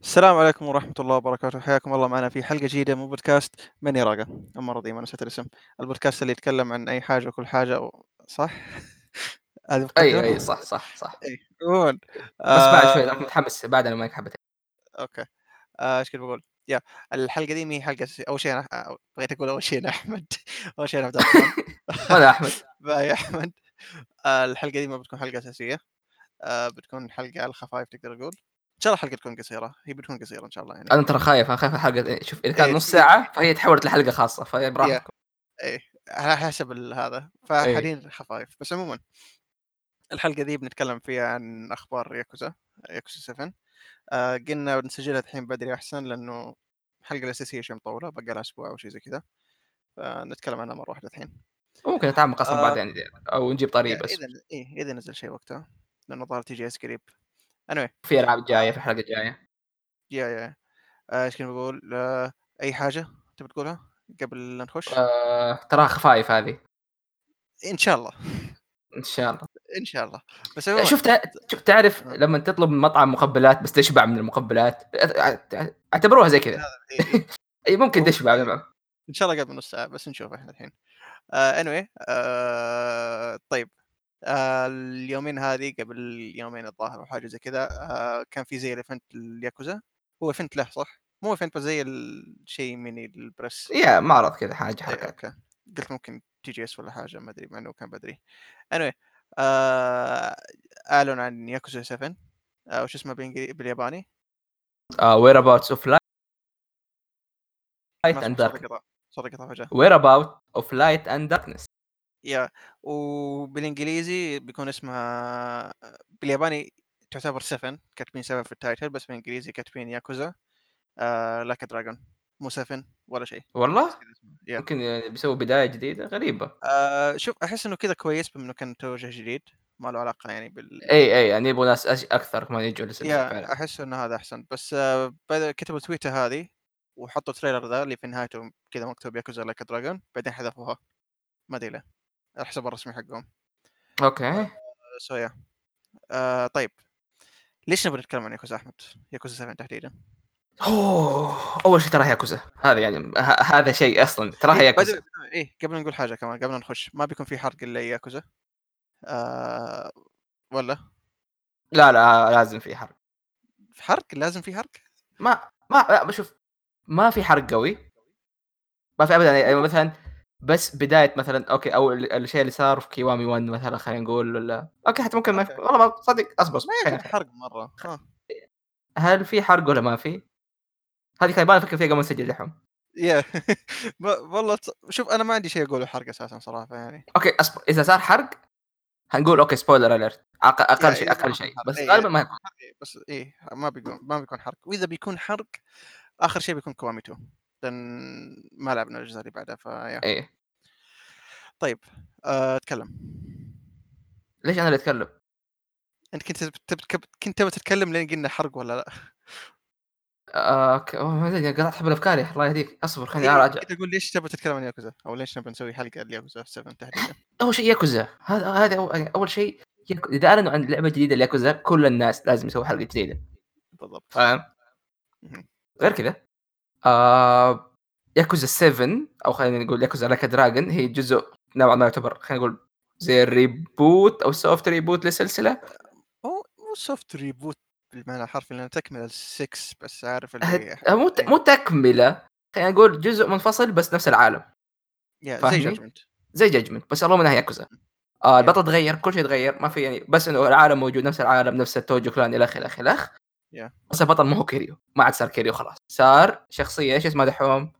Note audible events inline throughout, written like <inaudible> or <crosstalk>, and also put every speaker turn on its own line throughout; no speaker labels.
السلام عليكم ورحمة الله وبركاته حياكم الله معنا في حلقة جديدة من بودكاست من يراقه المرة دي ما نسيت الاسم البودكاست اللي يتكلم عن أي حاجة وكل حاجة و... صح؟ <laughs> هذه
اي اي
مقدمة؟
صح صح صح
اي عموما
بس بعد
آه،
شوي انا متحمس بعد المايك حبتين
اوكي آه، ايش كنت بقول؟ يا الحلقة دي مي حلقة س- أول شيء أنا آه، بغيت أقول أول شيء أنا أحمد <laughs> أول شيء أنا عبد الرحمن
<laughs> ولا احمد
<laughs> باي أحمد آه، الحلقة دي ما بتكون حلقة أساسية آه، بتكون حلقة على الخفايف تقدر تقول إن شاء الله الحلقة تكون قصيرة هي بتكون قصيرة إن شاء الله يعني
انا ترى خايف انا خايف الحلقه شوف اذا كان
إيه،
نص ساعه فهي تحولت لحلقه خاصه فهي
يا
براحتكم
ايه على حسب ال- هذا
إيه. اي
فحاليا خفايف بس عموما الحلقه دي بنتكلم فيها عن اخبار ياكوزا ياكوزا 7 آه قلنا بنسجلها الحين بدري احسن لانه الحلقه الاساسيه شوي مطوله بقى لها اسبوع او شيء زي كذا فنتكلم عنها مره واحده الحين
وممكن نتعمق اصلا بعد
آه
يعني او نجيب طريق
يا
بس
اذا إيه اذا نزل شيء وقتها لانه ظهر تي جي اس قريب anyway
في العاب جايه
آه
في الحلقه الجايه
يا يا آه، ايش كنا بقول آه اي حاجه تبي تقولها قبل لا نخش
آه تراها خفايف هذه
ان شاء الله
ان شاء الله
ان شاء الله بس عموما
شفت شوف تعرف
آه،
لما تطلب من مطعم مقبلات بس تشبع من المقبلات أع- اعتبروها زي كذا
هذا اي اي
اي ممكن
هو
تشبع
إيه.
نعم.
ان شاء الله قبل نص ساعه بس نشوف احنا الحين آه anyway آه طيب آه اليومين هذه قبل يومين الظاهر او حاجه زي كذا آه كان في زي الايفنت الياكوزا هو ايفنت له صح؟ مو ايفنت بس زي الشيء ميني البريس
يا معرض كذا حاجه
اي
حركات
اوكي قلت ممكن تي جي اس ولا حاجه ما ادري مع انه كان بدري anyway آه اعلن عن ياكوزا 7 آه وش اسمه بالإنجلي- بالياباني
وير اباوتس اوف لايت
ما
اند
اسمه صوت
داركنس
قطع صوت قطع فجاه
وير اباوت اوف لايت اند داركنس
يا وبالانجليزي بيكون اسمها بالياباني تعتبر 7 كاتبين 7 في التايتل بس بالانجليزي كاتبين ياكوزا آه لاك دراجون مو 7 ولا شيء بس
والله
كذا اسمها يا
ممكن يعني بيسوي بدايه جديده غريبه
آه شوف احس انه كذا كويس بما انه كان توجه جديد ما له علاقه يعني بال
اي اي يعني يبغوا ناس أش- اكثر كمان يجوا للسلسله
يا
فعلا
احس انه هذا احسن بس آه بدأ كتبوا تويتر هذه وحطوا التريلر ذا اللي في نهايته كذا مكتوب ياكوزا لاك دراجون بعدين حذفوها ما ادري ليه على الحساب الرسمي حقهم آه
اوكي
سو يا آه طيب ليش نبغى نتكلم عن ياكوزا احمد؟ ياكوزا 7 تحديدا.
اوه اول شيء تراها ياكوزا هذا يعني ه- هذا شيء اصلا تراها
ايه بدو...
ياكوزا
ايه قبل نقول حاجه كمان قبل لا نخش ما بيكون في حرق الا ياكوزا آه... ولا
لا لا لازم في حرق
في حرق لازم في حرق؟
ما ما لا بشوف ما في حرق قوي ما في ابدا يعني
والله
مثلا بس بدايه مثلا اوكي او ال- الشيء اللي صار في كيوامي 1 مثلا خلينا نقول ولا اوكي حتى ممكن ما في
اوكي
والله ما صدق اصبر
ما
اصبر خلينا
يعتبر
نحرق
حرق آه. مره ها
هل في حرق ولا ما في؟ هذه كان يبغى افكر فيها قبل ما نسجل دحوم
يا <laughs> ب- والله تص- شوف انا ما عندي شيء اقوله حرق اساسا صراحه يعني
اوكي اصبر اذا صار حرق هنقول اوكي سبويلر اليرت اقل
يا
شيء
اذا ما
اقل
في
شيء
حرق
بس
اي اذا
غالبا ما
ما في
يكون
حرق إيه، بس ايه ما بيكون ما بيكون حرق واذا بيكون حرق اخر شيء بيكون كوامي 2 لان ما لعبنا الاجزاء اللي بعدها فيا
ايه
طيب آه... تكلم
ليش انا اللي اتكلم؟
انت كنت تب- تب- كب- كنت تبى تتكلم لين قلنا حرق ولا
<laughs>
لا؟
آه، اوكي أوه، ما ادري قطعت حبل افكاري الله يهديك اصبر خليني
ايوه
اراجع
كنت اقول ليش تبى تتكلم عن ياكوزا او ليش نبى نسوي حلقه الياكوزا 7 تحديدا
<laughs> اول شيء ياكوزا هذا هذا أول- يعني اول شيء ياكو- اذا اعلنوا عن لعبه جديده لياكوزا كل الناس لازم يسوي حلقه جديده
بالضبط
فاهم؟
مهم.
غير كذا آه ياكوزا 7 او خلينا نقول ياكوزا لاك دراجون هي جزء نوعا ما يعتبر خلينا نقول زي الريبوت او سوفت ريبوت للسلسله
هو مو سوفت ريبوت بالمعنى الحرفي لانه تكمل ال 6 بس عارف
هت-
اللي
آه، مو ت-
ايه
مو تكمله خلينا نقول جزء منفصل بس نفس العالم
يا زي
فاهمني؟
جادجمنت
زي جاجمنت بس اللهم انها ياكوزا آه
يا
البطل تغير كل شيء تغير ما في يعني بس انه العالم موجود نفس العالم نفس التوجو كلان الى اخره الى اخره
يا
بس البطل ما هو كيريو ما عاد صار كيريو خلاص صار شخصيه ايش اسمها دحوم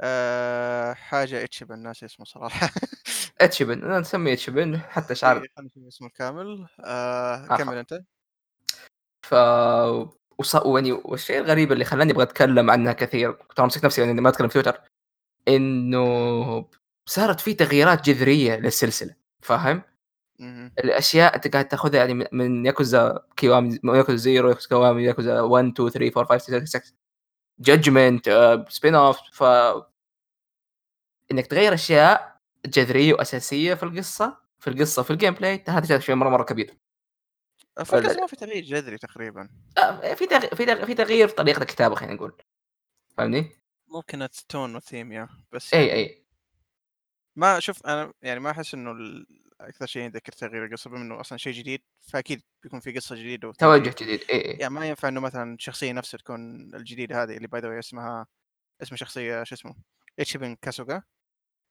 أه حاجه اتشبن الناس اسمه <laughs> صراحه
اتشبن نسميه اتشبن حتى شعار
ايه خلينا نشوف اسمه الكامل أه
اخر
كمل انت
ف وص... يعني والشيء الغريب اللي خلاني ابغى اتكلم عنها كثير ترى مسكت نفسي يعني إني ما اتكلم في تويتر انه صارت في تغييرات جذريه للسلسله فاهم؟
مهم.
إيه، الاشياء انت قاعد تاخذها يعني من من ياكوزا كيوامي ياكوزا زيرو ياكوزا كيوامي ياكوزا 1 2 3 4 5 6 7 جادجمنت سبين اوف ف انك تغير اشياء جذريه واساسيه في القصه في القصه في الجيم بلاي هذا شيء مره مره كبير
فكرة ما في تغيير جذري تقريبا
آه، في تغ... في تغ... في تغيير في طريقه الكتابه خلينا نقول فاهمني؟ إيه،
ممكن التون والثيم يا بس
اي اي
ما شوف انا يعني ما احس انه ال- اكثر شيء يذكر تغيير القصه بما انه اصلا شيء جديد فاكيد بيكون في قصه جديده وثيم
توجه جديد إيه، اي اي
يعني ما ينفع انه مثلا الشخصيه نفسها تكون الجديده هذه اللي باي ذا اسمها اسم شخصيه شو اسمه ايتشيبن كاسوغا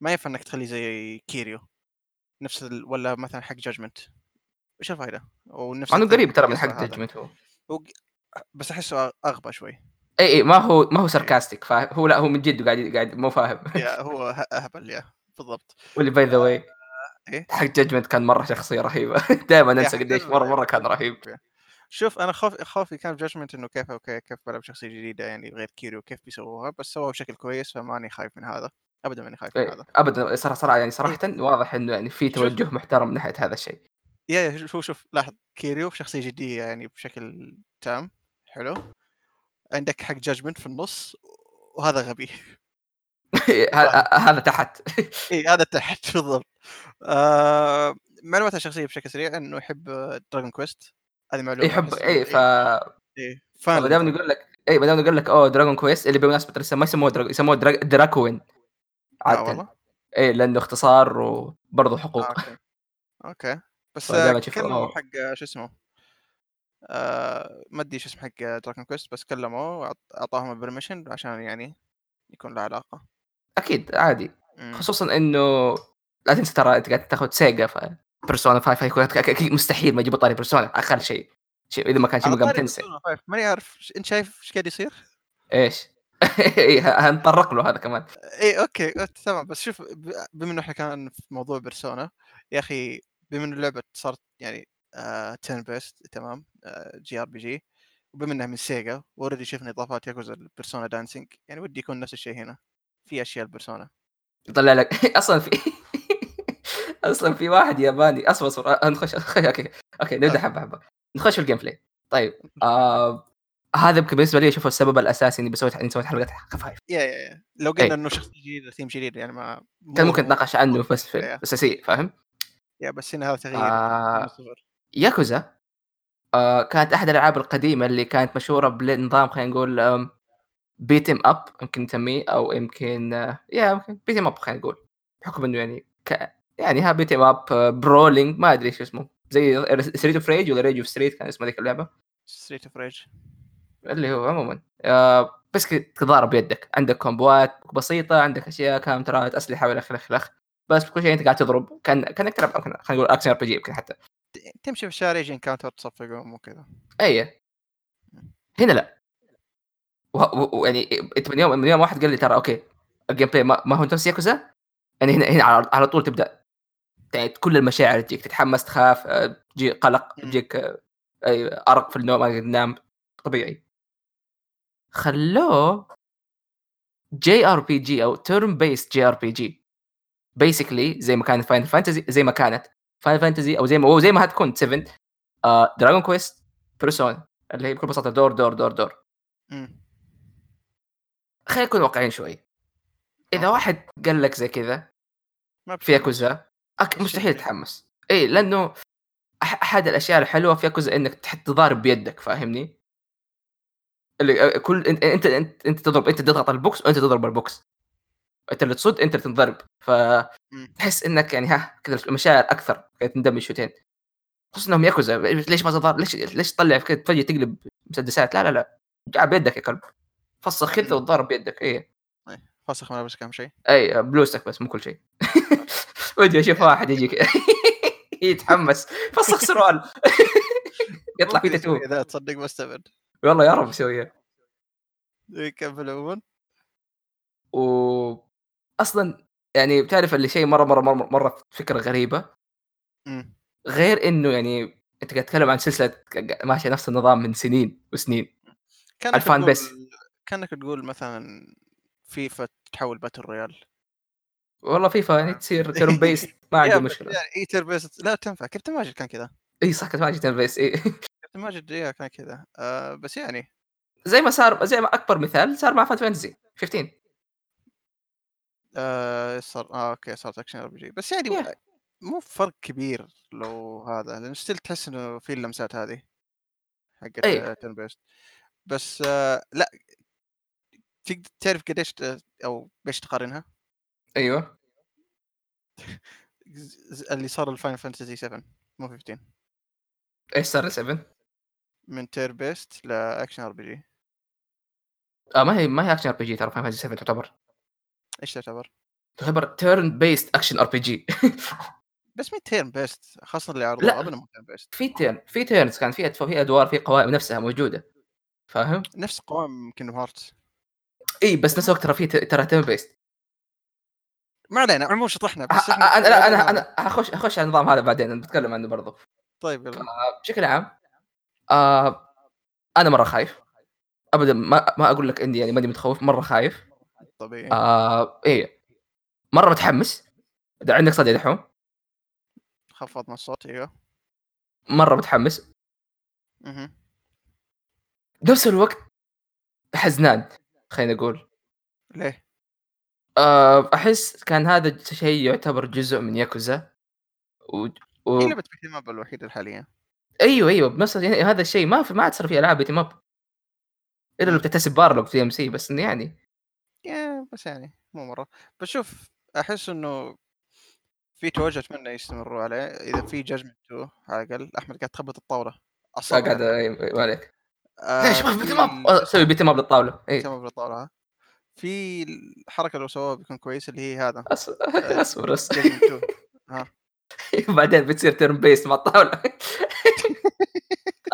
ما ينفع انك تخليه زي كيريو نفس ال... ولا مثلا حق جاجمنت ايش الفائده؟ ونفس
مع انه
الثيم
قريب ترى من
القصة
حق
هذا.
ججمنت هو
بس احسه اغبى شوي
اي اي إيه، ما هو ما هو ساركاستيك فهو لا هو من جد قاعد قاعد مو فاهم
إيه. يا هو ه- اهبل يا بالضبط
<laughs> واللي باي ذا واي
إيه؟
حق ججمنت كان مره شخصيه <laughs> رهيبه دائما
يا
انسى
حق
قديش
Judgment. إيه.
مره مره كان رهيب
شوف انا خوف خوفي كان في جاجمنت انه كيف اوكي كيف بلعب شخصيه جديده يعني غير كيريو كيف بيسووها بس سووها بشكل كويس فماني خايف من هذا ابدا ماني خايف من
إيه،
هذا
ابدا صراحه صراحه
إيه.
يعني صراحه واضح انه يعني في توجه محترم من ناحيه هذا الشيء <laughs>
يا يا شوف شوف لاحظ كيريو شخصيه جديه يعني بشكل تام حلو عندك حق جاجمنت في النص وهذا غبي <laughs>
ه- هذا تحت
اي إيه، هذا تحت بالضبط آه معلومات عن الشخصيه بشكل سريع انه يحب دراجون كويست هذه معلومه
يحب
أحس-
اي
إيه،
ف ما
فان
دام يقول لك اي ما دام يقول لك اوه دراجون كويست اللي بالمناسبه ترى ما يسموه دراجون يسموه دراج... دراكوين
آه،
عاده
والله
اي لانه إيه، اختصار وبرضه حقوق
آه، اوكي اوكي بس
فدائما
آه،
تشوف-
كلموا
أوه.
حق آه، شو اسمه آه، ما ادري شو اسمه حق دراجون كويست بس كلموه وأعط- اعطاهم البرميشن عشان يعني يكون له علاقه
اكيد عادي
مم.
خصوصا انه لا تنسى ترى انت قاعد تاخذ سيجا ف بيرسونا 5 حيكون أك- اكيد مستحيل ما يجيبوا طاري بيرسونا اقل شيء شيء اذا ما كان شيء
على
مقام
طاري
تنسى
Persona 5، ماني عارف ش- انت شايف ايش قاعد يصير؟
ايش <laughs> إيه، ه- هنتطرق له هذا كمان
اي اوكي إيه، أوكي، تمام بس شوف ب- بما انه احنا كان في موضوع بيرسونا يا اخي بما انه اللعبه صارت يعني تيرن بيست تمام آه، جي ار بي جي وبما انها من سيجا اوريدي شفنا اضافات ياكوزا البيرسونا دانسينج يعني ودي يكون نفس الشيء هنا في اشياء البيرسونا
يطلع لك <laughs> اصلا في اصلا في واحد ياباني اصبر اصبر أه، نخش <laughs> أخ- اوكي اوكي نبدا حبه حبه نخش في الجيم بلاي طيب آه... هذا يمكن بالنسبه لي شوف السبب الاساسي اني بسويت اني سويت حلقات خفايف
يا يا يا لو
إيه.
قلنا انه شخص جديد ثيم جديد يعني ما
كان
مو-
ممكن
مو-
نتناقش عنه بس في
إيه.
الاساسيه فاهم
يا بس هنا هذا تغيير
آه...
من الصفر.
ياكوزا آه كانت احد الالعاب القديمه اللي كانت مشهوره بنظام خلينا نقول بيت ام اب يمكن نسميه او يمكن آه، يا يمكن بيت ام اب خلينا نقول بحكم انه يعني ك... يعني ها بيت ام اب برولينج ما ادري شو اسمه زي ستريت اوف ريج ولا ريج اوف ستريت كان اسمه ذيك اللعبه
ستريت اوف ريج
اللي هو عموما آه بس كده تضارب بيدك عندك كومبوات بسيطه عندك اشياء كاونترات اسلحه والخ الخ الخ بس كل شيء انت قاعد تضرب كان كانك تلعب خلينا نقول اكشن ار بي جي يمكن حتى
تمشي في الشارع يجي انكاونتر تصفقهم وكذا
اي هنا لا ويعني انت يعني إيه، من يوم من يوم واحد قال لي ترى اوكي الجيم بلاي ما, ما هو نفس ياكوزا يعني هنا هنا على, على طول تبدا يعني كل المشاعر تجيك تتحمس تخاف آه، تجي قلق
مم.
تجيك آه، أي ارق في النوم ما تنام طبيعي خلوه جي ار بي جي او تيرم بيست جي ار بي جي بيسكلي زي ما كانت فاينل فانتزي زي ما كانت فاينل فانتزي او زي ما وزي ما هتكون آه، 7 دراجون كويست بيرسونا اللي هي بكل بساطه دور دور دور دور
مم.
خلينا نكون واقعيين شوي اذا
أوكي.
واحد قال لك زي كذا
ما
في
بشوف.
ياكوزا أك...
شيء
مستحيل
جديد.
تتحمس اي لانه أح- احد الاشياء الحلوه في ياكوزا انك تحط تضارب بيدك فاهمني؟ اللي أ- كل انت انت انت, انت تضرب انت تضغط على البوكس وانت تضرب على البوكس انت اللي تصد انت اللي تنضرب
مم.
فتحس انك يعني ها كذا المشاعر اكثر قاعد تندمج شوتين خصوصا انهم ياكوزا ليش ما تضارب ليش ليش تطلع كذا فجاه تقلب مسدسات لا لا لا جاء بيدك يا كلب فسخ كذا
مم.
وتضارب بيدك اي
فسخ ملابس كم شيء
اي بلوزتك بس مو كل شيء <laughs> ودي اشوف واحد يجيك <laughs> يتحمس فسخ سروال يطلع في
ممكن
تاتو
يسوي اذا تصدق ما استبعد
والله يا رب يسويها
كان في العموم
و اصلا يعني بتعرف اللي شيء مره مره مره, مرة فكره غريبه
مم.
غير انه يعني انت قاعد تتكلم عن سلسله ماشيه نفس النظام من سنين وسنين
كانك
الفان
تقول-
بس.
كانك تقول مثلا فيفا تحول باتل رويال
والله فيفا يعني تصير تيرن بيس ما
يا
عندي
بس
مشكله
يعني اي تير بيس لا تنفع كابتن ماجد كان كذا
اي صح كنت ماشي تيرن بيس اي
كابتن ماجد إيه كان كذا آه بس يعني
<laughs> زي ما صار زي ما اكبر مثال صار مع فانت فانتزي 15
آه صار آه اوكي صارت اكشن ار بي جي بس يعني
Yeah.
مو فرق كبير لو هذا لان ستيل تحس انه في اللمسات هذه حقت
أيوة.
تيرن بيست بس آه لا تقدر تعرف قديش ت- او بايش تقارنها
ايوه
ز- اللي صار الفاين فانتسي 7 مو 15
ايش صار 7
من تير بيست لاكشن ار بي جي
آه ما هي ما هي اكشن ار بي جي ترى فاين فانتسي 7 تعتبر
ايش تعتبر؟
تعتبر تيرن بيست اكشن ار بي جي
بس مين تيرن بيست خاصه اللي
لا.
عرضوه ابدا مو تيرن بيست
<laughs> في تيرن في تيرنز كان في أدف- في ادوار في قوائم نفسها موجوده فاهم؟
نفس قوام كينجدم هارتس
اي بس نفس الوقت ترى في ت- ترى تيرن بيست
ما علينا عموما شطحنا
أ-
بس
أ-
احنا
انا لا انا انا حخش اخش على النظام هذا بعدين بتكلم عنه برضه
طيب يلا
بشكل عام آه انا مره خايف ابدا ما ما اقول لك اني يعني ماني متخوف مره خايف
طبيعي
آه ايه مره متحمس دا عندك صدى دحوم
خفضنا الصوت ايوه
مره متحمس
مهم.
نفس الوقت حزنان خلينا نقول
ليه؟
آه احس كان هذا شيء يعتبر جزء من ياكوزا و... و...
هي لعبه بيتي ماب الوحيده الحاليه
ايوه ايوه بنفس يعني هذا الشيء ما في ما عاد صار في العاب بيتي ماب الا لو بتحتسب بارلوك في ام سي بس إنه يعني
يا بس يعني مو مره بس شوف احس انه في توجه اتمنى يستمروا عليه اذا في جاجمنت 2 على الاقل احمد قاعد تخبط الطاوله
آه،
اعصابي
قاعد
عليك.
أيوة، ما عليك
آه،
ليش ما في
في
بيتي ماب آه، سوي بيتي ماب للطاوله اي
سبب الطاوله ها. في الحركه لو سووها بيكون كويس اللي هي
<laughs>
هذا
أص- اصبر اصبر
جاجمنت 2
<laughs> بعدين بتصير تيرن بيست مع <laughs> الطاوله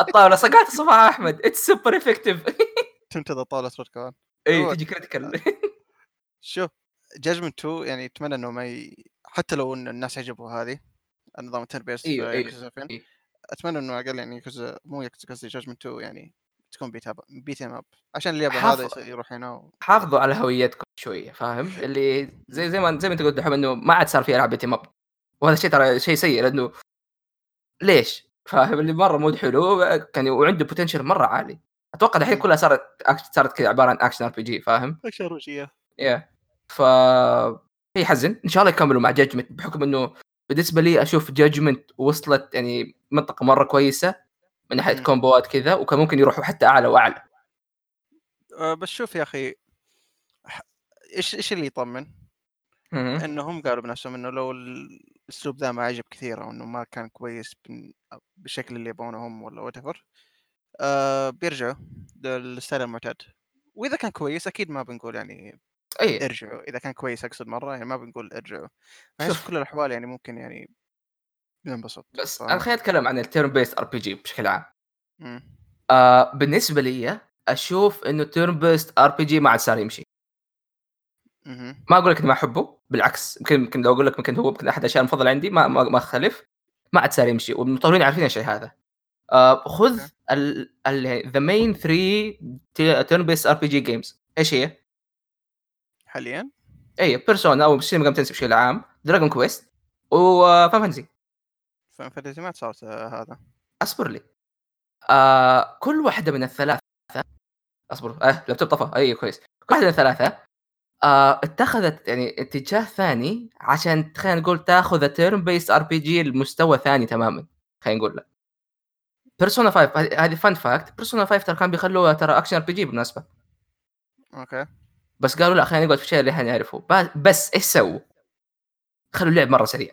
الطاوله صقعت صباع احمد اتس سوبر افكتيف <laughs>
تنتظر الطاوله ترد كمان
اي إيه، تجي كريتيكال
شوف جاجمنت 2 يعني اتمنى انه ما ي... حتى لو ان الناس عجبوا هذه النظام التربيس
أيوة، أيوة، أيوة.
اتمنى انه على الاقل يعني يكوزا مو يكوزا قصدي جاجمنت 2 يعني تكون بيت اب بيت اب عشان اللي يبغى هذا
حافظ-
يصير يروح هنا و...
<laughs> حافظوا على هويتكم شويه فاهم اللي زي زي ما زي ما انت قلت دحوم انه ما عاد صار في العاب تيم اب وهذا الشيء ترى شيء سيء لانه ليش؟ فاهم اللي مره مود حلو كان وعنده بوتنشل مره عالي اتوقع الحين كلها صارت أكش- صارت كذا عباره عن اكشن ار بي جي فاهم؟
شروجيه
يا ف يحزن ان شاء الله يكملوا مع جادجمنت بحكم انه بالنسبه لي اشوف جادجمنت وصلت يعني منطقه مره كويسه من ناحيه
مم.
كومبوات كذا وكان ممكن يروحوا حتى اعلى واعلى
أه بس شوف يا اخي ح- ايش ايش اللي يطمن؟
مم.
انهم قالوا بنفسهم انه لو ال- الاسلوب ذا ما عجب كثير او انه ما كان كويس بن- بالشكل اللي يبغونه هم ولا وات ايفر آه بيرجعوا للستايل المعتاد واذا كان كويس اكيد ما بنقول يعني
اي
ارجعوا اذا كان كويس اقصد مره يعني ما بنقول ارجعوا احس
شوف.
في كل الاحوال يعني ممكن يعني ننبسط
بس
فاهم؟
انا خليني اتكلم عن التيرن بيست ار بي جي بشكل عام
مم.
آه بالنسبه لي اشوف انه التيرن بيست ار بي جي ما عاد صار يمشي
مهم.
ما اقول لك إني ما احبه بالعكس يمكن يمكن لو اقول لك يمكن هو يمكن احد الاشياء المفضله عندي ما ما, ما اختلف ما عاد صار يمشي والمطورين عارفين الشيء هذا آه خذ
أوكي.
ذا مين 3 تيرن بيست ار بي جي جيمز ايش هي؟ إيه،
حاليا
اي بيرسونا او سين ميجام تنسي بشكل عام دراجون كويست وفان فانزي
فان فانتسي ما صارت آه، هذا
اصبر لي آه كل واحده من الثلاثه اصبر اه لابتوب طفى اي كويس كل واحده من الثلاثه آه اتخذت يعني اتجاه ثاني عشان خلينا نقول تاخذ تيرن بيس ار بي جي لمستوى ثاني تماما خلينا نقول لك بيرسونا 5 هذه- هذه فان فاكت بيرسونا 5 ترى كان بيخلوها ترى اكشن ار بي جي بالمناسبه
اوكي
بس قالوا لا خلينا نقعد في الشيء اللي احنا نعرفه ب- بس ايش سووا؟ خلوا اللعب مره سريع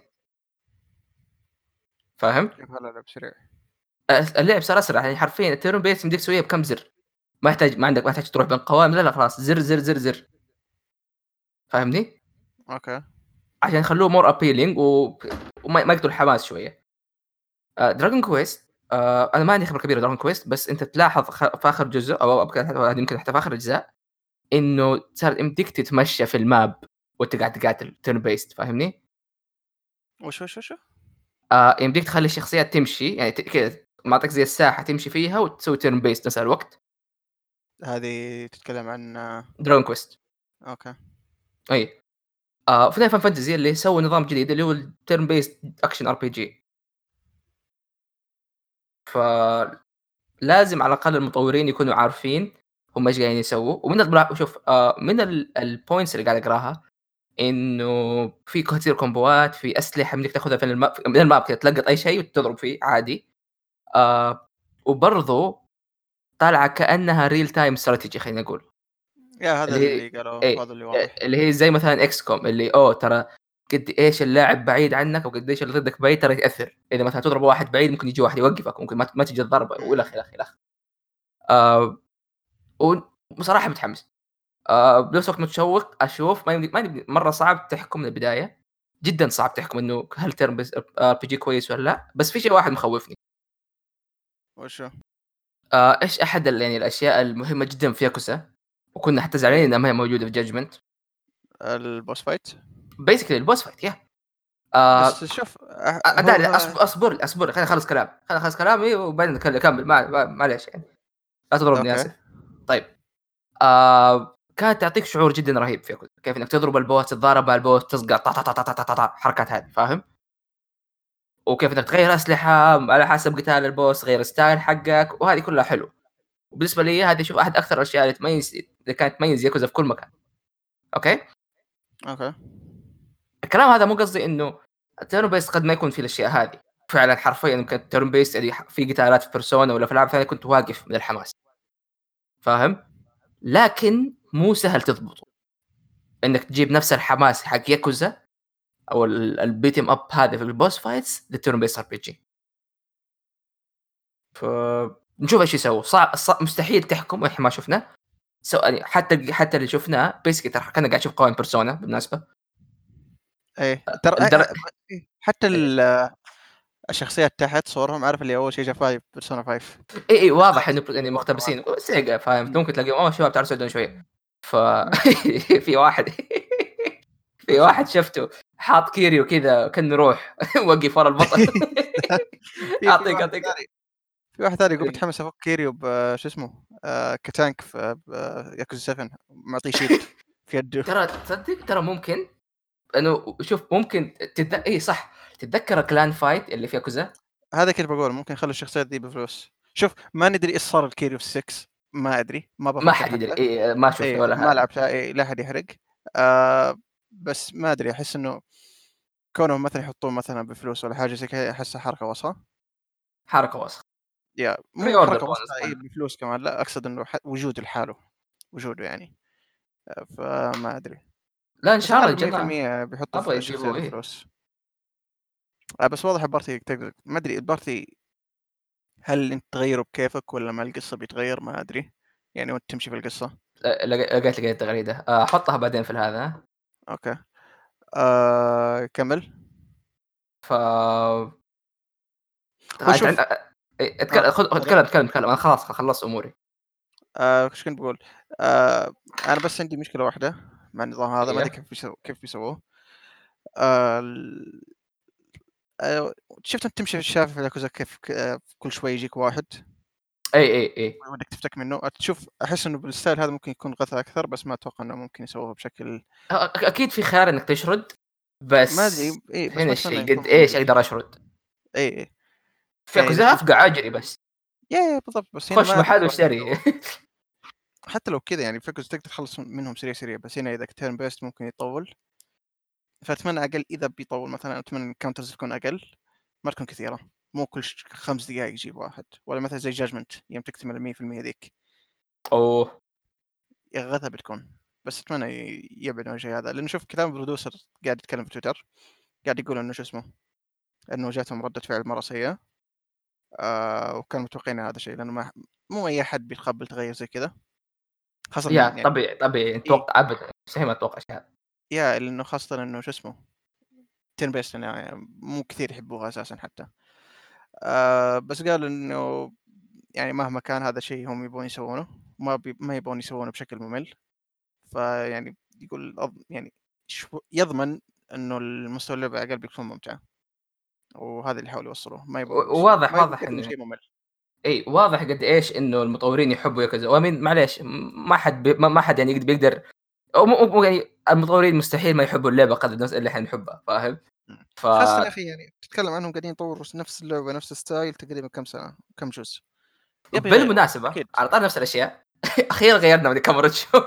فاهم؟
كيف هلا لعب سريع
أس- اللعب صار اسرع يعني حرفيا التيرن بيس يمديك تسويها بكم زر ما يحتاج ما عندك ما يحتاج تروح بين قوائم لا لا خلاص زر زر زر زر فاهمني؟
اوكي
عشان يخلوه مور ابيلينج و... وما ما يقتل آه، الحماس شويه دراجون كويست انا آه، ما عندي خبره كبيره دراجون كويست بس انت تلاحظ خ- في اخر جزء او أو كان- أو يمكن حتى في اخر اجزاء انه صار يمديك تتمشى في الماب وانت قاعد تقاتل تيرن بيست فاهمني؟
وش وش وش وش؟
آه، يمديك تخلي الشخصيات تمشي يعني ت- كذا معطيك زي الساحه تمشي فيها وتسوي تيرن بيست نفس الوقت
هذه تتكلم عن آه،
دراجون كويست
اوكي
اي آه في فان فانتزي اللي سووا نظام جديد اللي هو التيرن بيست اكشن ار بي جي ف لازم على الاقل المطورين يكونوا عارفين هم ايش قاعدين يسووا ومن البلا- شوف آه من البوينتس اللي قاعد اقراها انه في كثير كومبوات في اسلحه منك تاخذها في الماب من الماب كذا تلقط اي شيء وتضرب فيه عادي آه وبرضه طالعه كانها ريل تايم استراتيجي خلينا نقول
يا هذا
اللي-
اللي قالوا
إيه.
هذا اللي واضح
اللي هي زي مثلا اكس كوم اللي اوه ترى قد ايش اللاعب بعيد عنك وقد ايش اللي ضدك بعيد ترى ياثر اذا مثلا تضرب واحد بعيد ممكن يجي واحد يوقفك ممكن ما ما تجي الضربه والى اخره الى اخره آه، وبصراحه متحمس آه، بنفس الوقت متشوق اشوف ما يمدي ما يمدي مره صعب تحكم من البدايه جدا صعب تحكم انه هل ترم بس ار بي جي كويس ولا لا بس في شيء واحد مخوفني
وشو
آه، ايش احد ال- يعني الاشياء المهمه جدا في ياكوزا وكنا حتى زعلانين انها ما هي موجوده في جادجمنت
البوس فايت
بيسكلي البوس فايت يا آه،
بس شوف أه-
لا لا
هو-
اصبر اصبر لي اصبر لي، خليني اخلص كلام خليني اخلص كلامي وبعدين نكل- اكمل ما- ما- معليش يعني لا تضربني
أوكي.
اسف طيب آه كانت تعطيك شعور جدا رهيب في ياكوزا، كيف انك تضرب البوس تتضارب مع البوس تصقع طا طا طا طا طا طا طا حركات هذه فاهم؟ وكيف انك تغير اسلحه على حسب قتال البوس غير ستايل حقك وهذه كلها حلو وبالنسبه لي هذه شوف احد اكثر الاشياء اللي تميز اللي كانت تميز ياكوزا في كل مكان اوكي؟
اوكي
الكلام هذا مو قصدي انه التيرن بيس قد ما يكون في الاشياء هذه فعلا حرفيا يمكن التيرن بيس اللي ح- في قتالات في بيرسونا ولا في العاب ثانيه كنت واقف من الحماس فاهم؟ لكن مو سهل تضبطه انك تجيب نفس الحماس حق ياكوزا او البيتم اب هذا في البوس فايتس للتيرن بيس ار بي جي نشوف ايش يسووا صعب صع... مستحيل تحكم احنا ما شفنا سؤال حتى حتى اللي شفناه بيسكي ترى كان قاعد اشوف قوائم بيرسونا بالمناسبه
ايه ترى
الدر-
إيه، حتى ال- الشخصيات تحت صورهم عارف اللي اول شيء شافها في بيرسونا 5
اي اي واضح انه يعني مقتبسين سيجا فاهم ممكن تلاقيهم اوه شباب تعالوا سعودون شويه ف <laughs> في واحد <laughs> في واحد شفته حاط كيريو كذا كانه روح <laughs> وقف
<laughs>
ورا البطل <laughs>
في- في
أعطيك-
واحد
أعطيك.
ثاني- في واحد ثاني يقول
إيه.
متحمس افك كيريو ب- شو اسمه آه، كتانك في ب- ياكوزا 7 معطيه شيلد
<laughs>
في يده
ترى تصدق ترى ممكن انه شوف ممكن تتذكر اي صح تتذكر كلان فايت اللي في ياكوزا
هذا كنت بقول ممكن يخلوا الشخصيات دي بفلوس شوف ما ندري ايش صار الكيريو في 6 ما ادري ما بفكر
ما حد
حتى.
يدري إيه ما شفت
إيه،
ولا
ما
هذا
لعبتها إيه، لا احد يحرق آه، بس ما ادري احس انه كونهم مثلا يحطون مثلا بفلوس ولا حاجه زي كذا احسها حركه وسخه
حركه وسخ
يا مو
Pre-order
حركه
bonus
وسخه إيه،
كمان.
بفلوس كمان لا اقصد انه ح- وجوده لحاله وجوده يعني آه، فما ادري
لا ان شاء الله الجماعه
100% بيحطوا
أبغى
في
يجيبوا
الشخصيات
إيه.
فلوس آه، بس واضح البارتي تقدر ما ادري البارتي هل انت تغيره بكيفك ولا مع القصه بيتغير ما ادري يعني وانت تمشي في القصه
لقيت لقيت لقيت تغريده آه، احطها بعدين في هذا
اوكي آه كمل
ف
هو شوف-
عن- إيه، اتكلم
آه،
خذ خذ-
تفضل.
اتكلم اتكلم اتكلم انا خلاص خلصت اموري
آه، ايش كنت بقول؟ آه انا بس عندي مشكله واحده مع النظام هذا ما
أيوه.
ادري كيف بيسو- كيف بيسووه آه ال- آه، شفت انت تمشي في الشارع في الياكوزا كيف ك- آه، كل شوي يجيك واحد
اي اي اي
ودك تفتك منه تشوف احس انه بالستايل هذا ممكن يكون غثى اكثر بس ما اتوقع انه ممكن يسووه بشكل
أ- أ- اكيد في خيار انك تشرد بس
ما ادري اي إيه، بس
هنا
ما أتمنى
الشيء
يكون
قد
في-
ايش اقدر اشرد
اي إي.
في
يعني
اخذ
إذا
افقع اجري بس
يا يا بالضبط بس هنا
خش
ما-
محل <laughs> واشتري
حتى لو كذا يعني فكرة تقدر تخلص منهم سريع سريع بس هنا اذا تيرن بيست ممكن يطول فاتمنى اقل اذا بيطول مثلا اتمنى الكاونترز تكون اقل ما تكون كثيره مو كل ش- خمس دقائق يجيب واحد ولا مثلا زي جاجمنت يوم تكتمل ال 100% ذيك
اوه
غثا بتكون بس اتمنى ي- يبعد عن الشيء هذا لانه شوف كلام برودوسر قاعد يتكلم في تويتر قاعد يقول انه شو اسمه انه جاتهم رده فعل مره سيئه آه وكانوا متوقعين هذا الشيء لانه ما مو اي احد بيتقبل تغير زي كذا خاصه يعني-
يا طبيعي طبيعي اتوقع ابدا مستحيل ما اتوقع شيء هذا
يا لانه خاصه انه شو اسمه تن بيست يعني، مو كثير يحبوها اساسا حتى آه بس قال انه يعني مهما كان هذا شيء هم يبون يسوونه ما بي ما يبون يسوونه بشكل ممل فيعني يقول أض- يعني شو يضمن انه المستوى اللعبه على الاقل بيكون ممتع وهذا اللي حاولوا يوصلوه ما يبون
و- واضح-
ما يبون
واضح
يقدموا
إنه-
شيء ممل
اي إيه، واضح قد ايش انه المطورين يحبوا ياكوزا وامين معليش م- ما حد بي... ما ما حد يعني يقد- بيقدر أو مو- مو يعني المطورين مستحيل ما يحبوا اللعبه قدر الناس اللي احنا نحبها فاهم؟ ف
خاصه يا اخي يعني تتكلم عنهم قاعدين يطوروا نفس اللعبه نفس الستايل تقريبا كم سنه كم جزء يبي يغير.
بالمناسبه
أكيد.
على طار نفس الاشياء <laughs> اخيرا غيرنا من كاميرا شو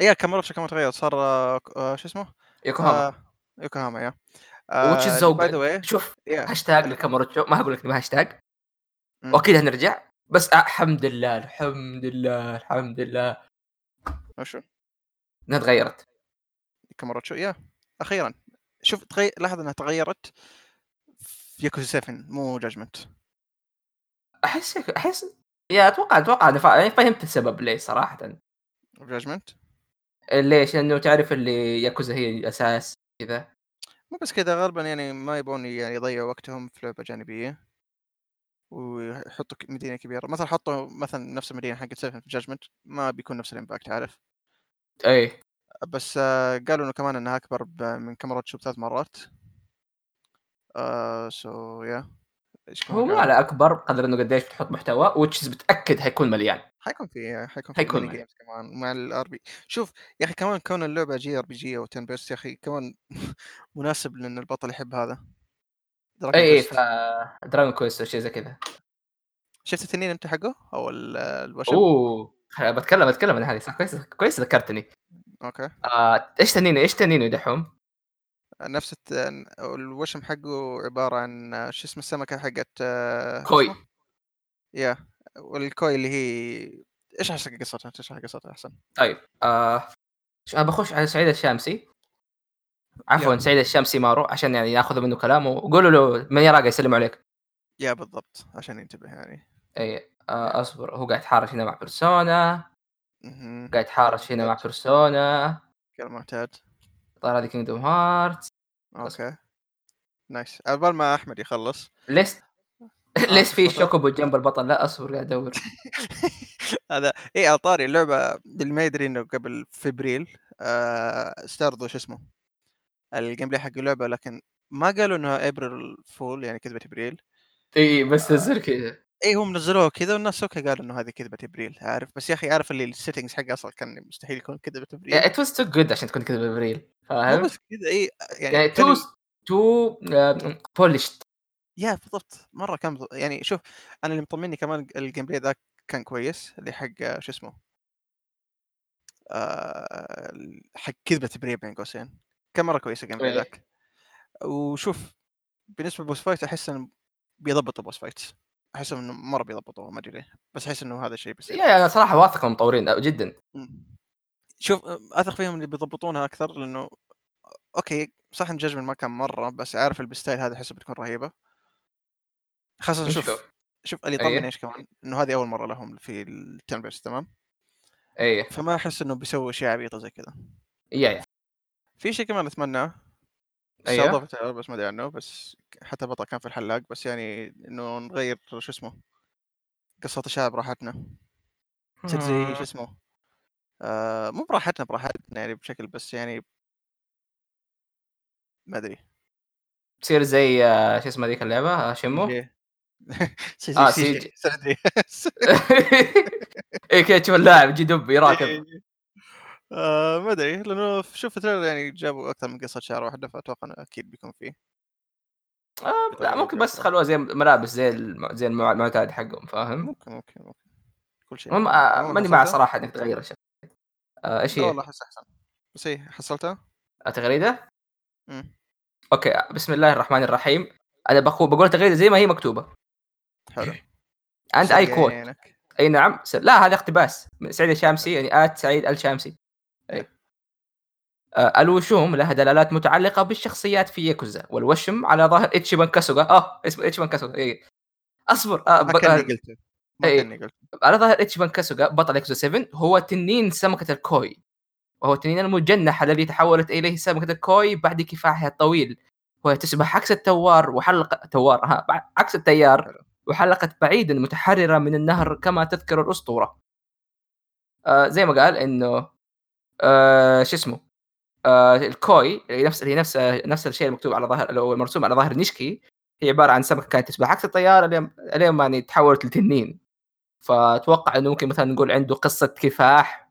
يا كاميرا بشكل ما تغير صار آه، ك- آه، شو اسمه
يوكوهاما
آه، يوكوهاما يا آه،
Which is so
باي
bad.
ذا واي
شوف
Yeah.
هاشتاج لكاماروتشو ما اقول لك ما هاشتاج
مم.
واكيد هنرجع بس الحمد لله الحمد لله الحمد لله
وشو
انها تغيرت
كاماروتشو يا اخيرا شوف تغي... لاحظ انها تغيرت في ياكوزا 7 مو جاجمنت
احس احس يا اتوقع اتوقع انا فا- يعني فهمت السبب ليه صراحه
جاجمنت
ليش؟ لانه تعرف اللي ياكوزا هي الاساس كذا
مو بس كذا غالبا يعني ما يبون يعني يضيعوا وقتهم في لعبه جانبيه ويحطوا ك- مدينه كبيره مثلا حطوا مثلا نفس المدينه حقت 7 في جاجمنت ما بيكون نفس الامباكت عارف
اي
بس آه، قالوا انه كمان انها اكبر ب- من كاميرات بثلاث مرات آه، سو يا ايش كمان
هو مو
قالوا؟
على اكبر بقدر انه قديش بتحط محتوى وتشز متاكد حيكون مليان
حيكون في حيكون في
حيكون
ميني
معي.
جيمز كمان مع الار بي شوف يا اخي كمان كون اللعبه جي ار بي جي او 10 بيرس يا اخي كمان <laughs> مناسب لان البطل يحب هذا دراجون
اي اي
بيست.
ف دراجون كويست او شيء زي كذا
شفت التنين انت حقه او ال- الوشم
اوه خ- بتكلم بتكلم عن هذه صح كويس كويس ذكرتني
اوكي
آه، ايش تنينه ايش تنينه دحوم؟
نفس الت- الوشم حقه عباره عن شو اسم السمكه حقت آه،
كوي
اسمه؟ يا والكوي اللي هي ايش احسن قصتها اشرح قصتها احسن
طيب آه شو- أنا بخش على سعيد الشامسي عفوا
يلا.
سعيد الشامسي مارو عشان يعني ياخذ منه كلامه وقولوا له من يراقي يسلم عليك
يا بالضبط عشان ينتبه يعني
اي آه اصبر هو قاعد يتحارش هنا مع بيرسونا
مهم.
قاعد يتحارش هنا مع بيرسونا
كالمعتاد
طار هذه كينجدوم هارت
اوكي نايس على بال ما احمد يخلص
ليش ليش في
تفضل.
شوكوبو جنب البطل لا اصبر قاعد ادور
هذا اي إيه، على طاري اللعبه اللي ما يدري انه قبل في ابريل آه، استعرضوا شو اسمه الجيم بلاي حق اللعبه لكن ما قالوا انها ابريل فول يعني كذبه ابريل
اي بس تصير كذا
اي هم نزلوها كذا والناس اوكي قالوا انه هذه كذبه ابريل عارف بس يا اخي عارف اللي السيتنجز حقه اصلا كان مستحيل يكون كذبه ابريل
ات واز تو جود عشان تكون كذا بابريل
مو
فاهم؟
بس كذا اي يعني,
يعني تو
تاني-
تو آه، بولشت
يا بالضبط مره كان بض- يعني شوف انا اللي مطمني كمان الجيم بلاي ذاك كان كويس اللي حق آه، شو اسمه آه، حق كذبه بري بين قوسين كان مره كويس الجيم بلاي
إيه.
ذاك وشوف بالنسبه للبوس فايت احس انه بيضبطوا بوس فايت احس انه مره بيضبطوه ما ادري ليه بس احس انه هذا الشيء بيصير
يا انا صراحه واثق من المطورين جدا
مم. شوف آه، اثق فيهم اللي بيضبطونها اكثر لانه اوكي صح ان جاجمنت ما كان مره بس عارف البستايل هذا احسه بتكون رهيبه خاصه شوف
نشوف
شوف اللي
أيه.
يطمن ايش كمان انه هذه اول مره لهم في التنبس تمام
ايه
فما احس انه بيسوي اشياء عبيطه زي كذا
يا يا
في شيء كمان اتمناه
أيوه.
استضافته بس ما ادري عنه بس حتى بطل كان في الحلاق بس يعني انه نغير شو اسمه قصة الشعب براحتنا
إيه.
تصير زي شو اسمه آه مو براحتنا براحتنا يعني بشكل بس يعني ما ادري
تصير زي آه، شو اسمه ذيك اللعبه آه، <laughs> شمو
إيه. <laughs> سي
آه،
جي سي
سي
جي سادري.
اي إيه، كذا تشوف اللاعب جي دب
إيه.
يراكض
<laughs> آه، ما ادري لانه شوف في التريلر يعني جابوا اكثر من قصه شعر واحده فاتوقع انه اكيد بيكون فيه
آه،
طيب،
لا ممكن بس خلوها زي ملابس زي الم- زي المع- المعتاد حقهم فاهم؟
ممكن ممكن ممكن كل شيء
المهم
ممكن.
آه،
عموماً
ماني مع
حصلتها؟
صراحه انك تغير الشيء آه، ايش
لا
هي؟
والله احس احسن بس ايه حصلتها؟
تغريده؟
مم.
اوكي آه، بسم الله الرحمن الرحيم انا بقول بقول تغريده زي ما هي مكتوبه
حلو يعني.
عند اي
صدق
كوت
عينك.
اي نعم س- لا هذا اقتباس من سعيد الشامسي يعني ات سعيد الشامسي اي آه، الوشوم لها دلالات متعلقه بالشخصيات في ياكوزا والوشم على ظاهر اتشيبان كاسوغا اه اسمه اتشيبان كاسوغا اي اصبر آه
ما
ب...
كاني
آه
قلته ما
إيه.
كاني قلته
على ظاهر اتشيبان كاسوغا بطل ياكوزا 7 هو تنين سمكه الكوي وهو التنين المجنح الذي تحولت اليه سمكه الكوي بعد كفاحها الطويل وهي تسبح عكس التوار وحلقه توار ها بع- عكس التيار
حلو.
وحلقت بعيدا متحرره من النهر كما تذكر الاسطوره آه زي ما قال انه آه شو اسمه آه الكوي اللي نفس اللي نفس نفس الشيء المكتوب على ظهر اللي هو المرسوم على ظهر نيشكي هي عباره عن سمكه كانت تسبح عكس التيار الين الين ما يعني تحولت لتنين فاتوقع انه ممكن مثلا نقول عنده قصه كفاح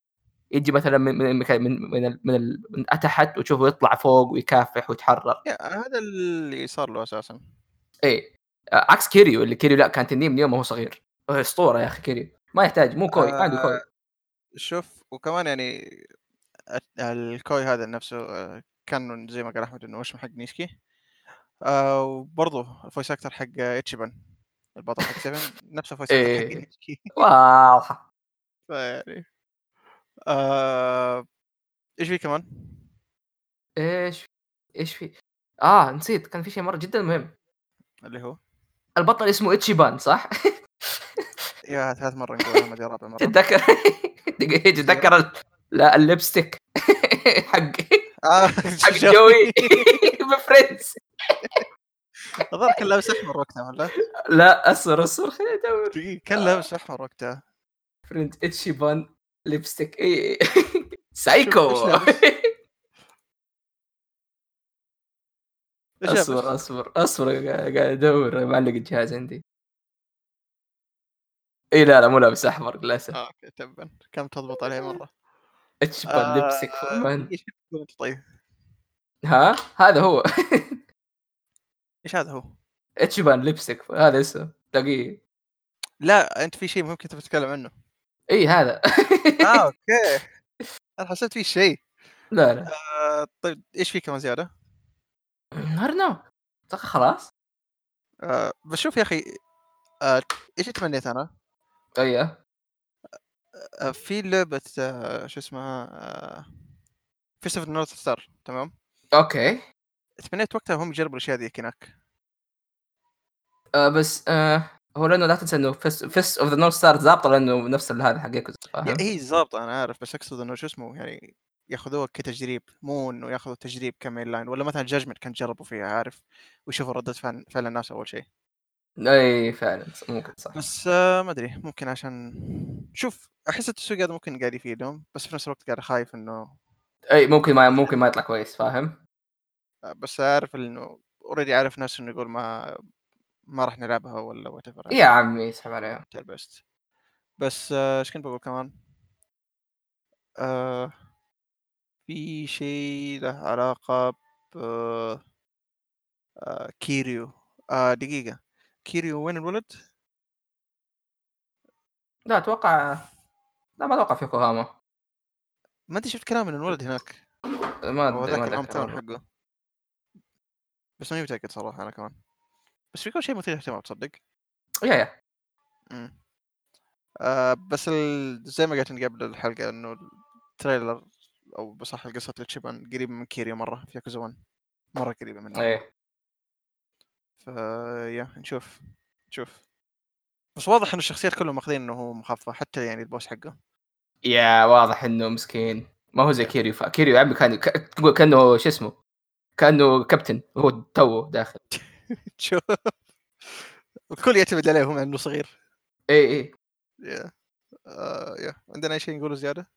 يجي مثلا من من من من, من, ال- من, ال- من تحت وتشوفه يطلع فوق ويكافح ويتحرر
يا هذا اللي صار له اساسا
اي آه، عكس كيريو اللي كيريو لا كان تنين من يوم ما هو صغير هو اسطوره يا اخي كيريو ما يحتاج مو كوي ما عنده كوي
شوف وكمان يعني الكوي هذا نفسه آه، كان زي ما قال احمد انه وشم حق نيشكي آه وبرضه الفويس اكتر حق اتشيبان البطل حق 7 نفس الفويس اكتر حق
إيه.
نيشكي <laughs>
واضحه
فيعني آه، ايش في كمان؟
ايش ايش في اه نسيت كان في شيء مره جدا مهم
اللي هو
البطل اسمه اتشيبان صح؟ <laughs>
يا ثلاث مرة نقولها ما ادري رابع مرة
تتذكر <laughs> دقيقة، تتذكر ال- لا اللبستيك <laughs> حق
<laughs> آه،
حق جوي <laughs> بفريندز
الظاهر كان لابس احمر وقتها ولا؟
لا اصبر اصبر خليني ادور
دقيقة،
آه.
كان لابس احمر وقتها
فريند اتشيبان لبستيك اي
شوف
إيه، سايكو
إيش لابس. ايش لابس؟
اصبر اصبر اصبر قاعد ادور معلق الجهاز عندي اي لا لا مو لابس احمر للاسف
آه، اوكي تبا كم تضبط عليه مرة
اتشيبان
آه،
لبستيك فورمان
إيش قلت طيب
ها هذا هو <laughs>
ايش هذا هو؟
اتشيبان لبستيك هذا اسمه تلاقيه
لا انت في شيء ممكن تبي تتكلم عنه
اي إيه، هذا آه،
اه <laughs> اوكي انا حسيت في شيء
<laughs> لا لا
آه، طيب ايش في كمان زيادة؟
نو خلاص
آه، بس شوف يا اخي آه، ايش تمنيت انا؟
ايوه
آه، في لعبة آه، شو اسمها آه، فيست اوف نورث ستار تمام؟
اوكي
تمنيت وقتها هم يجربوا الاشياء ذيك هناك
آه بس آه هو لانه لا تنسى انه فيست اوف ذا نورث ستار ضابطه لانه نفس ال- هذا حق ياكوزا فاهم؟
يعني هي ظابطه انا عارف بس اقصد انه شو اسمه يعني ياخذوها كتجريب مو انه ياخذوا تجريب كمين لاين ولا مثلا جاجمنت كان جربوا فيها عارف ويشوفوا رده فعل فعل الناس اول شيء
اي فعلا ممكن صح
إيه. بس آه ما ادري ممكن عشان شوف احس التسويق هذا ممكن قاعد يفيدهم بس في نفس الوقت قاعد خايف انه
اي ممكن ما ممكن ما يطلع كويس فاهم؟
آه، بس عارف انه اوريدي عارف ناس انه يقول ما ما راح نلعبها ولا وات ايفر
يا عمي اسحب عليهم
بس بس آه، ايش كنت بقول كمان؟ آه في شيء له علاقة ب آه كيريو آه دقيقة كيريو وين الولد؟
لا اتوقع لا ما اتوقع في كوهاما
ما أدري شفت كلام من الولد هناك
ما ما
هو ذاك الهوم تاون
أتذكر.
حقه بس ماني متأكد صراحة أنا كمان بس في كل شيء مثير اهتمام تصدق
يا يا
مم. آه بس ال... زي ما قلت إن قبل الحلقة إنه التريلر أو بصح القصة تشيبان قريب من كيريو مرة في ياكوزا 1 مرة قريبة منه
اي
فيا نشوف نشوف بس واضح انه الشخصيات كلهم ماخذين انه هو مخفى حتى يعني البوس حقه <laughs>
يا واضح انه مسكين ما هو زي كيريو ف- كيريو يا عمي كان ك- تقول كانه شو اسمه كانه كابتن هو توه داخل
شوف الكل يعتمد عليه هم انه صغير
اي اي
يا آه يا عندنا اي شيء نقوله زياده؟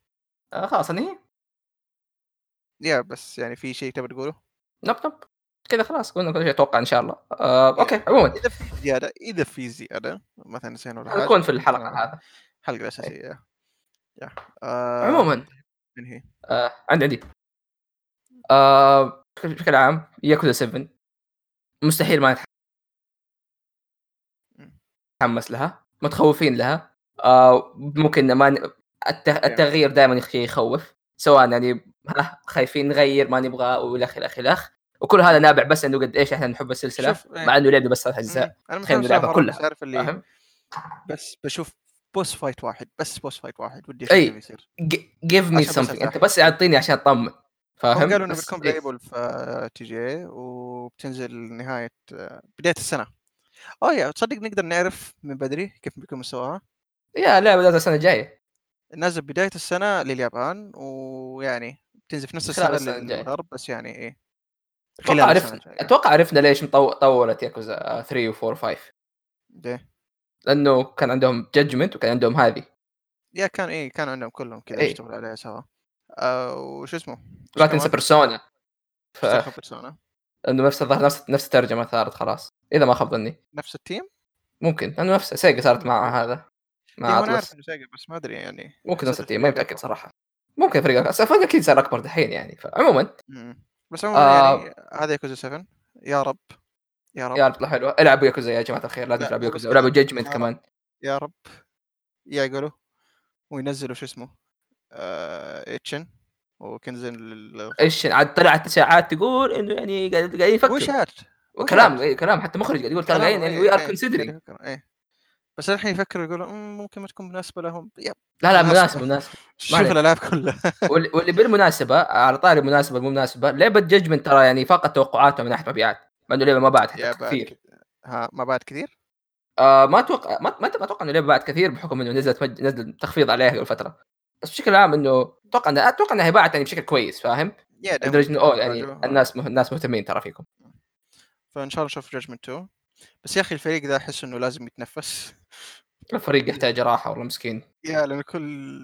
آه خلاص انهي
يا بس يعني في شيء تبي تقوله؟
نب نب كذا خلاص قلنا كل شيء اتوقع ان شاء الله آه اوكي عموما
اذا في زياده اذا في زياده مثلا نسينا ولا حاجه
نكون في طيب. الحلقه هذا
الحلقه الاساسيه يا يا آه
عموما
ننهي
آه عندي عندي آه بشكل عام ياكوزا 7 مستحيل ما نتحمس لها متخوفين لها آه ممكن ما ن... الت... التغيير دائما شيء يخوف سواء يعني ها خايفين نغير ما نبغى والى اخره الى اخره وكل هذا نابع بس انه قد ايش احنا نحب السلسله
شوف، إيه.
مع انه لعبه بس ثلاث
مم.
اجزاء
انا متحمس
تخيل نلعبها
مرة،
كلها.
بس عارف اللي
فاهم؟
بس بشوف بوس فايت واحد بس بوس فايت واحد ودي
أي.
اشوف كيف يصير
جيف مي
عشان بس
سمثينج
أرتاح.
انت بس اعطيني عشان اطمن
هم
فاهم؟
قالوا انه
بس-
بتكون
إيه.
بلايبل في تي جي وبتنزل آه، نهايه بدايه السنه اوه آه، يا تصدق نقدر نعرف من بدري كيف بيكون مستواها
يا لا بدات السنه الجايه
نازل بدايه السنه لليابان ويعني بتنزل في نفس
خلال
السنه
السنة الجاية.
للغرب بس يعني ايه
اتوقع
السنة
عرفنا
الجاية.
اتوقع عرفنا ليش مطو... طولت ياكوزا 3 و 4 و 5
ده.
لانه كان عندهم جادجمنت وكان عندهم هذه
يا كان ايه كان عندهم كلهم كذا
إيه.
يشتغلوا عليها سوا آه، وشو اسمه إيش
لا
كمان؟
تنسى آه. بيرسونا ف...
استخدم بيرسونا
انه نفس الظاهر نفس نفس الترجمه صارت خلاص اذا ما خاب ظني
نفس التيم
ممكن لانه نفس سيجا صارت مع هذا
إيه،
مع
هو انا عارف
اطلس
انه سيجا بس ما ادري يعني
ممكن نفس
حسيت
التيم ما
الفريق
متاكد صراحه ممكن فريق أصلاً الفريق اكيد صار اكبر دحين يعني فعموما
مم. بس عموما
آه.
يعني هذا ياكوزا 7 يا رب يا رب
يا رب حلوه العبوا ياكوزا يا جماعه الخير لازم
آه. لا،
تلعبوا
لا،
ياكوزا
بس-
ولعبوا جادجمنت
آه.
كمان
يا رب يعقلوا وينزلوا شو اسمه آه، اتشن وكنزن لل...
ايش عاد طلعت اشاعات تقول انه يعني قاعد قاعد يفكر
وشات
وكلام إيه، كلام حتى مخرج قاعد يقول ترى قاعدين يعني
إيه،
وي
<laughs>
ار كونسيدرينج
ايه بس الحين يفكر يقول "أمم، ممكن ما تكون مناسبه لهم يب
لا
<laughs>
لا
خلاص.
مناسب مناسب
شوف
عليك.
الالعاب
<laughs>
كلها
واللي واللي بالمناسبه على طاري مناسبه مو مناسبه لعبه ججمنت ترى يعني فاقت توقعاتها من ناحيه مبيعات مع انه لعبه ما باعت
يا
حتى
بعد.
كثير
ها ما بعد كثير
آه ما اتوقع ما ما اتوقع انه لعبه باعت كثير بحكم انه نزلت مج... نزل تخفيض عليها قبل فتره بس بشكل عام انه اتوقع انها اتوقع انها باعت يعني بشكل كويس فاهم؟
يا دام
لدرجه انه اوه يعني
بعجبهم.
الناس مه... الناس مهتمين ترى فيكم
فان آه. شاء الله نشوف جاجمنت 2 بس يا اخي الفريق ذا احس انه لازم يتنفس <laughs>
الفريق يحتاج جراحه والله مسكين
يا لان كل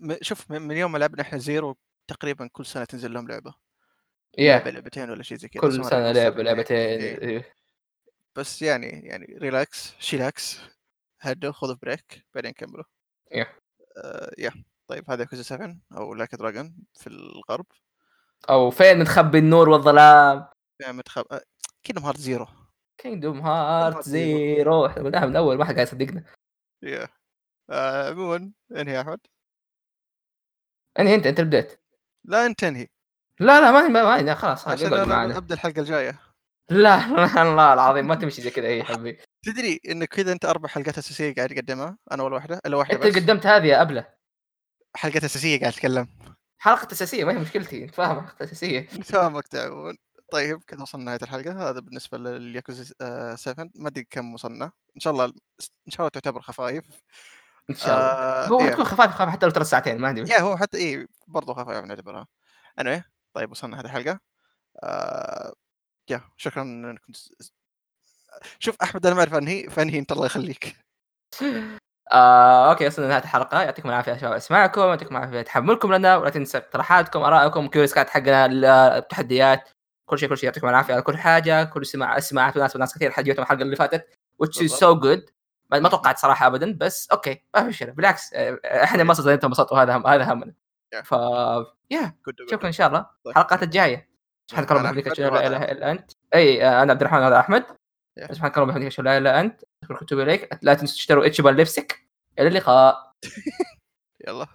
م- شوف من من يوم ما لعبنا احنا زيرو تقريبا كل سنه تنزل لهم لعبه لعبه
يا
لعبتين ولا شيء زي كذا بس ما
كل
أدري
سنه
وش
لعبه
سبب.
لعبتين
إيه.
إيه.
بس يعني يعني ريلاكس شيلاكس هدوا خذوا بريك بعدين كملوا
يا.
آه، يا طيب هذا كوزا 7 او لاك دراجون في الغرب
او فين متخبي النور والظلام
نعمة خب... كينجدم هارت زيرو
كينجدوم هارت
زيرو.
زيرو قلناها طيب، نعم، من اول ما حد قاعد يصدقنا
يا آه، عموما انهي يا احمد
انهي انت انت اللي بديت
لا انت انهي
لا لا ما ما- ما خلاص
عشان
اقعد
انا
معنا
ابدا الحلقه الجايه
لا لا الله العظيم ما تمشي زي كذا
<laughs>
يا حبي
تدري ان كذا انت اربع حلقات اساسيه قاعد تقدمها انا ولا واحده الا واحده
انت
بس
قدمت هذه يا ابله
حلقات اساسيه قاعد اتكلم
حلقه اساسيه ما هي مشكلتي انت فاهم حلقه اساسيه
فاهمك تعبون طيب كذا وصلنا نهايه الحلقه هذا بالنسبه للياكوزا آه، 7 ما ادري كم وصلنا ان شاء الله ان شاء الله تعتبر خفايف
ان شاء الله هو
آه،
تكون خفاف خفاف حتى لو ترى ساعتين ما ادري
يا هو حتى إيه، اي برضه خفايا بنعتبرها anyway طيب وصلنا هذه الحلقه آه يا شكرا انكم تس- شوف احمد انا ما اعرف انهي فانهي انت الله يخليك
آه، اوكي وصلنا لنهايه الحلقه يعطيكم العافيه يا شباب اسماعكم يعطيكم العافيه تحملكم لنا ولا تنسى اقتراحاتكم ارائكم كيوريوس كات حقنا ال- التحديات كل شيء كل شيء يعطيكم العافيه على كل حاجه كل سماع سماعات وناس وناس كثير حجيتهم الحلقه اللي فاتت which is so good ما ما توقعت صراحه ابدا بس اوكي ما في مشكله بالعكس آه، احنا انبسط انتم انبسطوا هذا هم هذا همنا
Yeah.
ف يا نشوفكم ان شاء الله
طيب.
الحلقات الجايه سبحانك اللهم
أنا
وبحمدك
أحمد
اشهد ان لا
وهذا
اله الا انت اي آه، انا عبد الرحمن هذا احمد
Yeah.
سبحانك اللهم وبحمدك اشهد ان لا اله الا انت اشكرك واتوب اليك لا تنسوا تشتروا اتش بان لبسك الى اللقاء
يلا